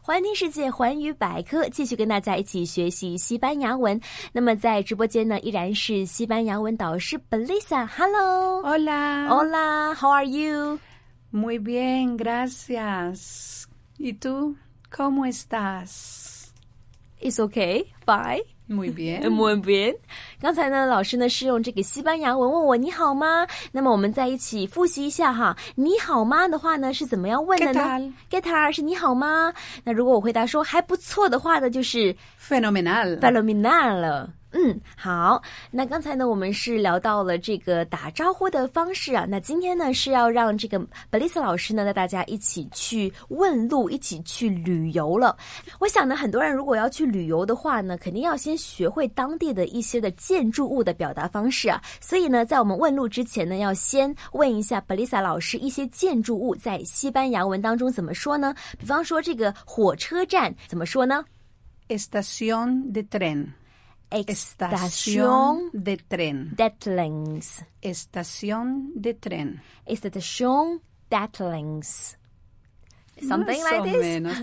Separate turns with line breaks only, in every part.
环听世界环语百科，继续跟大家一起学习西班牙文。那么在直播间呢，依然是西班牙文导师 Belisa。Hello，
Hola.
Hola，How are you？
Muy bien, gracias. ¿Y tú? ¿Cómo estás? Em,
It's okay, bye.
Muy bien.
Muy bien。刚才呢，老师呢是用这个西班牙文问我你好吗？那么我们再一起复习一下哈。你好吗的话呢是怎么样问的
¿Qué
呢
tal?
？Get her 是你好吗？那如果我回答说还不错的话呢，就是
Fenomenal.
f e l o m e n a 了。嗯，好。那刚才呢，我们是聊到了这个打招呼的方式啊。那今天呢，是要让这个 Belisa 老师呢带大家一起去问路，一起去旅游了。我想呢，很多人如果要去旅游的话呢，肯定要先学会当地的一些的建筑物的表达方式啊。所以呢，在我们问路之前呢，要先问一下 Belisa 老师一些建筑物在西班牙文当中怎么说呢？比方说这个火车站怎么说呢
Estación de tren.
Estación
de tren.
Deadlines.
Estación de tren.
Estación Deadlines. Something
Más
like
o
this.
menos.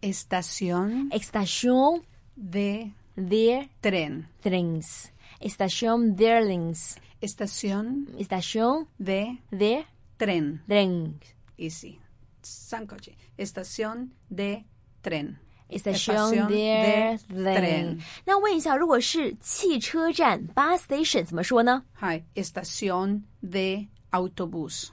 Estación
Estación
de
Their
tren.
Things. Estación Their Things.
Estación
Estación
de
Their
tren.
Things.
Easy. Sancoche. Estación de tren.
Estación Their Thing。那问一下，如果是汽车站 bus station 怎么说呢
Hi, estación de autobús.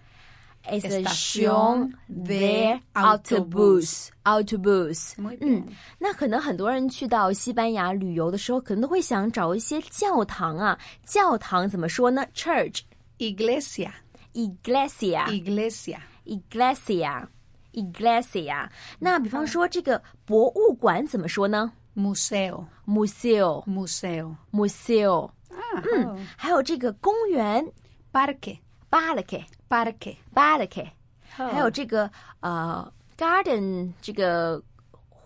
？Estación
de
Their
autobús.
autobus. Autobus.
Muy bien.
那可能很多人去到西班牙旅游的时候，可能都会想找一些教堂啊。教堂怎么说呢？Church,
Iglesia, Ah.
iglesia,
iglesia,
iglesia, iglesia。那比方说这个博物馆怎么说呢
museo,
？museo,
museo.
museo。
Ah, oh.
还有这个公园
Parque,
，parque,
parque.
parque。还有这个呃 garden 这个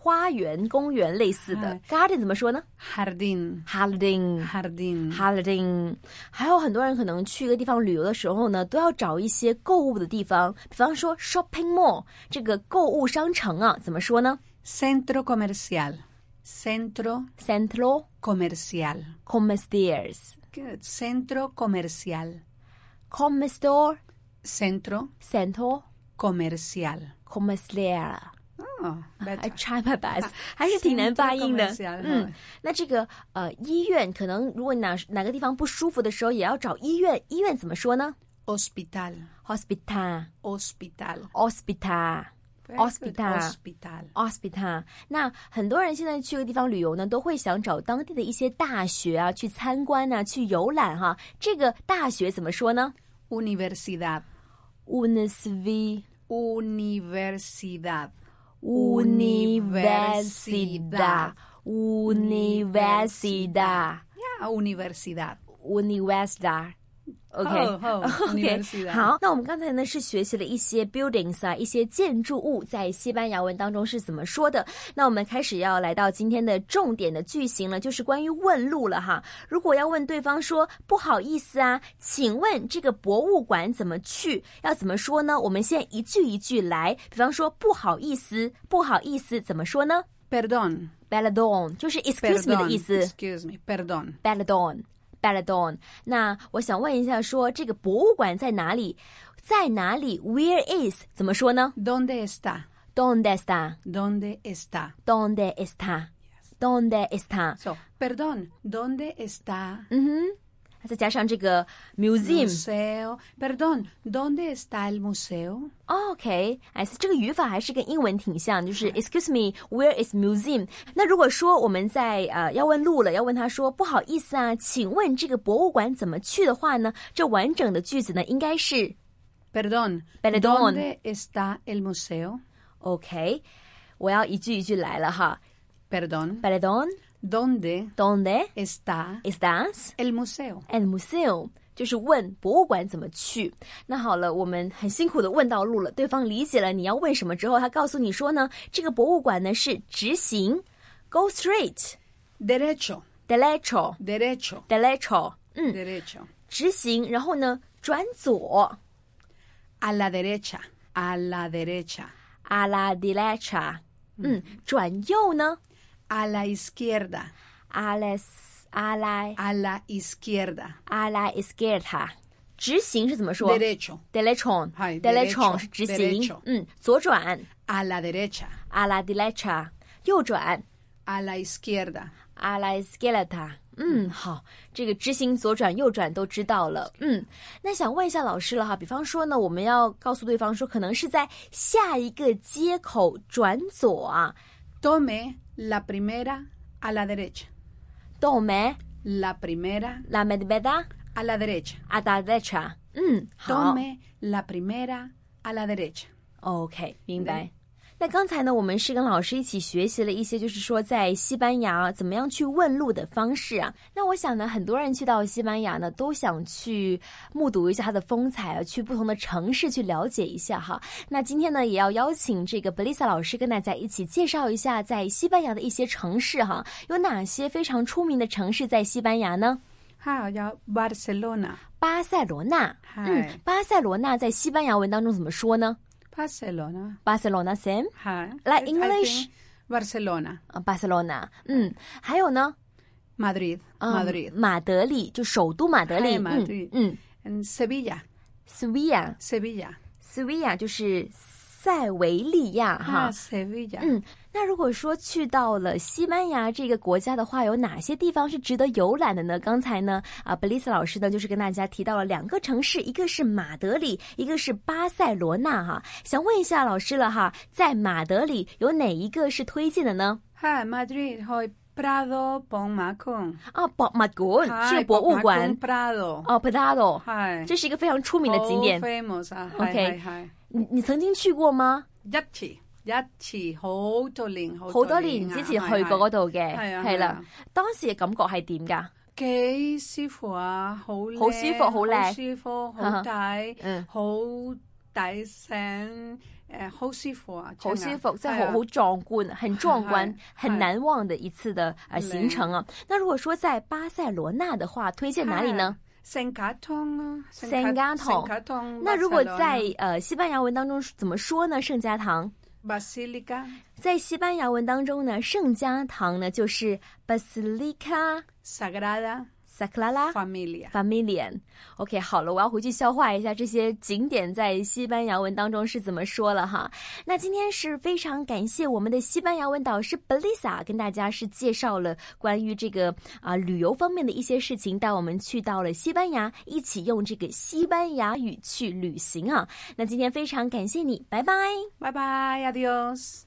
花园、公园类似的
哎
garden 怎么说呢
Jardín,
？Harding。
jardín.
Holiday，还有很多人可能去一个地方旅游的时候呢，都要找一些购物的地方，比方说 shopping mall 这个购物商城啊，怎么说呢
Centro comercial, centro
？Centro
comercial.
comerciales，comestore
Good. Centro comercial, centro
centro
comercial.
comercial。
Oh, better.
I try my best，还是挺难发音的
Centro。comercial，
嗯，那这个呃医院，可能如果哪哪个地方不舒服的时候，也要找医院。医院怎么说呢
Hospital,
？Hospital，hospital，hospital
hospital. Very good.
hospital
Hospital.
hospital。那很多人现在去个地方旅游呢，都会想找当地的一些大学啊去参观呐、去游览哈、这个大学怎么说呢
Universidad.
？UNSV
Universidad.
Universidad Universidad
Yeah, universidad.
Universidad。OK，
哦哦
OK，
Universidad
好，那我们刚才呢是学习了一些 buildings 啊，一些建筑物在西班牙文当中是怎么说的。那我们开始要来到今天的重点的句型了，就是关于问路了哈。如果要问对方说不好意思啊，请问这个博物馆怎么去？要怎么说呢？我们先一句一句来，比方说不好意思，不好意思怎么说呢
Perdón.
b a l a d o n 就是 excuse me
perdón.
的意思。
Excuse me. Perdón.
Baladon Baladon。那我想问一下说这个博物馆在哪里？在哪里？Where is？怎么说呢
¿Dónde está?
？Donde está？Donde
¿Dónde está?
está？Donde está？嗯
So, perdón. ¿Dónde está?
再加上这个 museum。
Museo. Perdón. ¿Dónde está el museo?
OK，哎，这个语法还是跟英文挺像，就是 Excuse me，Where is museum？那如果说我们在呃要问路了，要问他说不好意思啊，请问这个博物馆怎么去的话呢？这完整的句子呢应该是
Perdón.
Perdón.
¿Dónde está el museo?
OK，我要一句一句来了哈。
Perdón.
Perdón,
¿Dónde
¿dónde
está
estás?
el museo?
El museo 就是问博物馆怎么去。那好了，我们很辛苦的问到路了，对方理解了你要问什么之后，他告诉你说呢，这个博物馆呢是直行，go straight,
Derecho.
derecho,
Derecho.
derecho，嗯，
Derecho.
直行，然后呢转左
A la derecha. A la derecha.
a la derecha，嗯，转右呢
A la izquierda.
？a l a s a la
A la izquierda.
a la izquierda，直行是怎么说
Derecho.
？Delechon，
嗨
Delechon
derecho，
是直行
derecho，
嗯，左转
A la derecha.
a la derecha，右转
A la izquierda.
a la izquierda。嗯，好，这个直行、左转、右转都知道了。嗯，那想问一下老师了哈，比方说呢，我们要告诉对方说，可能是在下一个街口转左啊，
Tome la primera a la derecha.
懂没
La primera
？La medveda
a la derecha.
a la derecha。嗯，好。
Tome la primera a la derecha.
OK，明白。那刚才呢，我们是跟老师一起学习了一些，就是说在西班牙啊怎么样去问路的方式啊。那我想呢，很多人去到西班牙呢，都想去目睹一下它的风采啊，去不同的城市去了解一下哈。那今天呢，也要邀请这个 Belisa 老师跟大家一起介绍一下在西班牙的一些城市哈，有哪些非常出名的城市在西班牙呢？
Ah, ya Barcelona.
巴塞罗那，
嗨
嗯，巴塞罗那在西班牙文当中怎么说呢
Barcelona.
巴塞罗那 Sam。
Hi.
La
I- I
English.
think Barcelona.
啊，巴塞罗那，嗯，还有呢，
Madrid.
嗯
Madrid.
马德里就首都马德里，
嗨马德里
嗯嗯
En Sevilla.
，Sevilla
Sevilla.
Sevilla 就是塞维利亚哈
Ah,，Sevilla.
嗯，那如果说去到了西班牙这个国家的话，有哪些地方是值得游览的呢？刚才呢，啊，b e l i s a 老师呢就是跟大家提到了两个城市，一个是马德里，一个是巴塞罗那哈，想问一下老师了哈，在马德里有哪一个是推荐的呢？
Ah, Madrid. Hoy Prado, Pon Macon.
啊，博马古
Hi,
去博物
Pon
馆
Macon,。Prado.
哦，Prado，
Hi.
这是一个非常出名的景点
Oh,。famous. Ah, hi,
Okay.
hi, hi.
你你曾经去过吗？
Yachi. Yachi. Ho to ling.
好多年啊之前去過嗰度嘅，
係啊
係
係
啦
啊。
當時嘅感覺係點㗎？
幾舒服啊！好靚
好舒服好靚
好舒服，好抵
嗯，
好抵醒，誒，好舒服啊！
好舒服，即
真
係
係
好
啊
好壯觀，很壯觀
係，
很難忘的一次的呃行程啊。那如果說在巴塞羅那的話，推薦哪裡 呢？？
聖卡通啊，
聖家堂
聖卡通。
那如果在呃西班牙文當中怎麼說呢？聖家堂。
Basilica
在西班牙文當中呢，聖家堂呢就是 Basilica
Sagrada
Sagrada
Familia，
Familia。OK，好了，我要回去消化一下这些景点在西班牙文当中是怎么说了哈。那今天是非常感谢我们的西班牙文导师 Belisa 跟大家是介绍了关于这个啊、旅游方面的一些事情，带我们去到了西班牙，一起用这个西班牙语去旅行啊。那今天非常感谢你，拜拜。
拜拜，adios。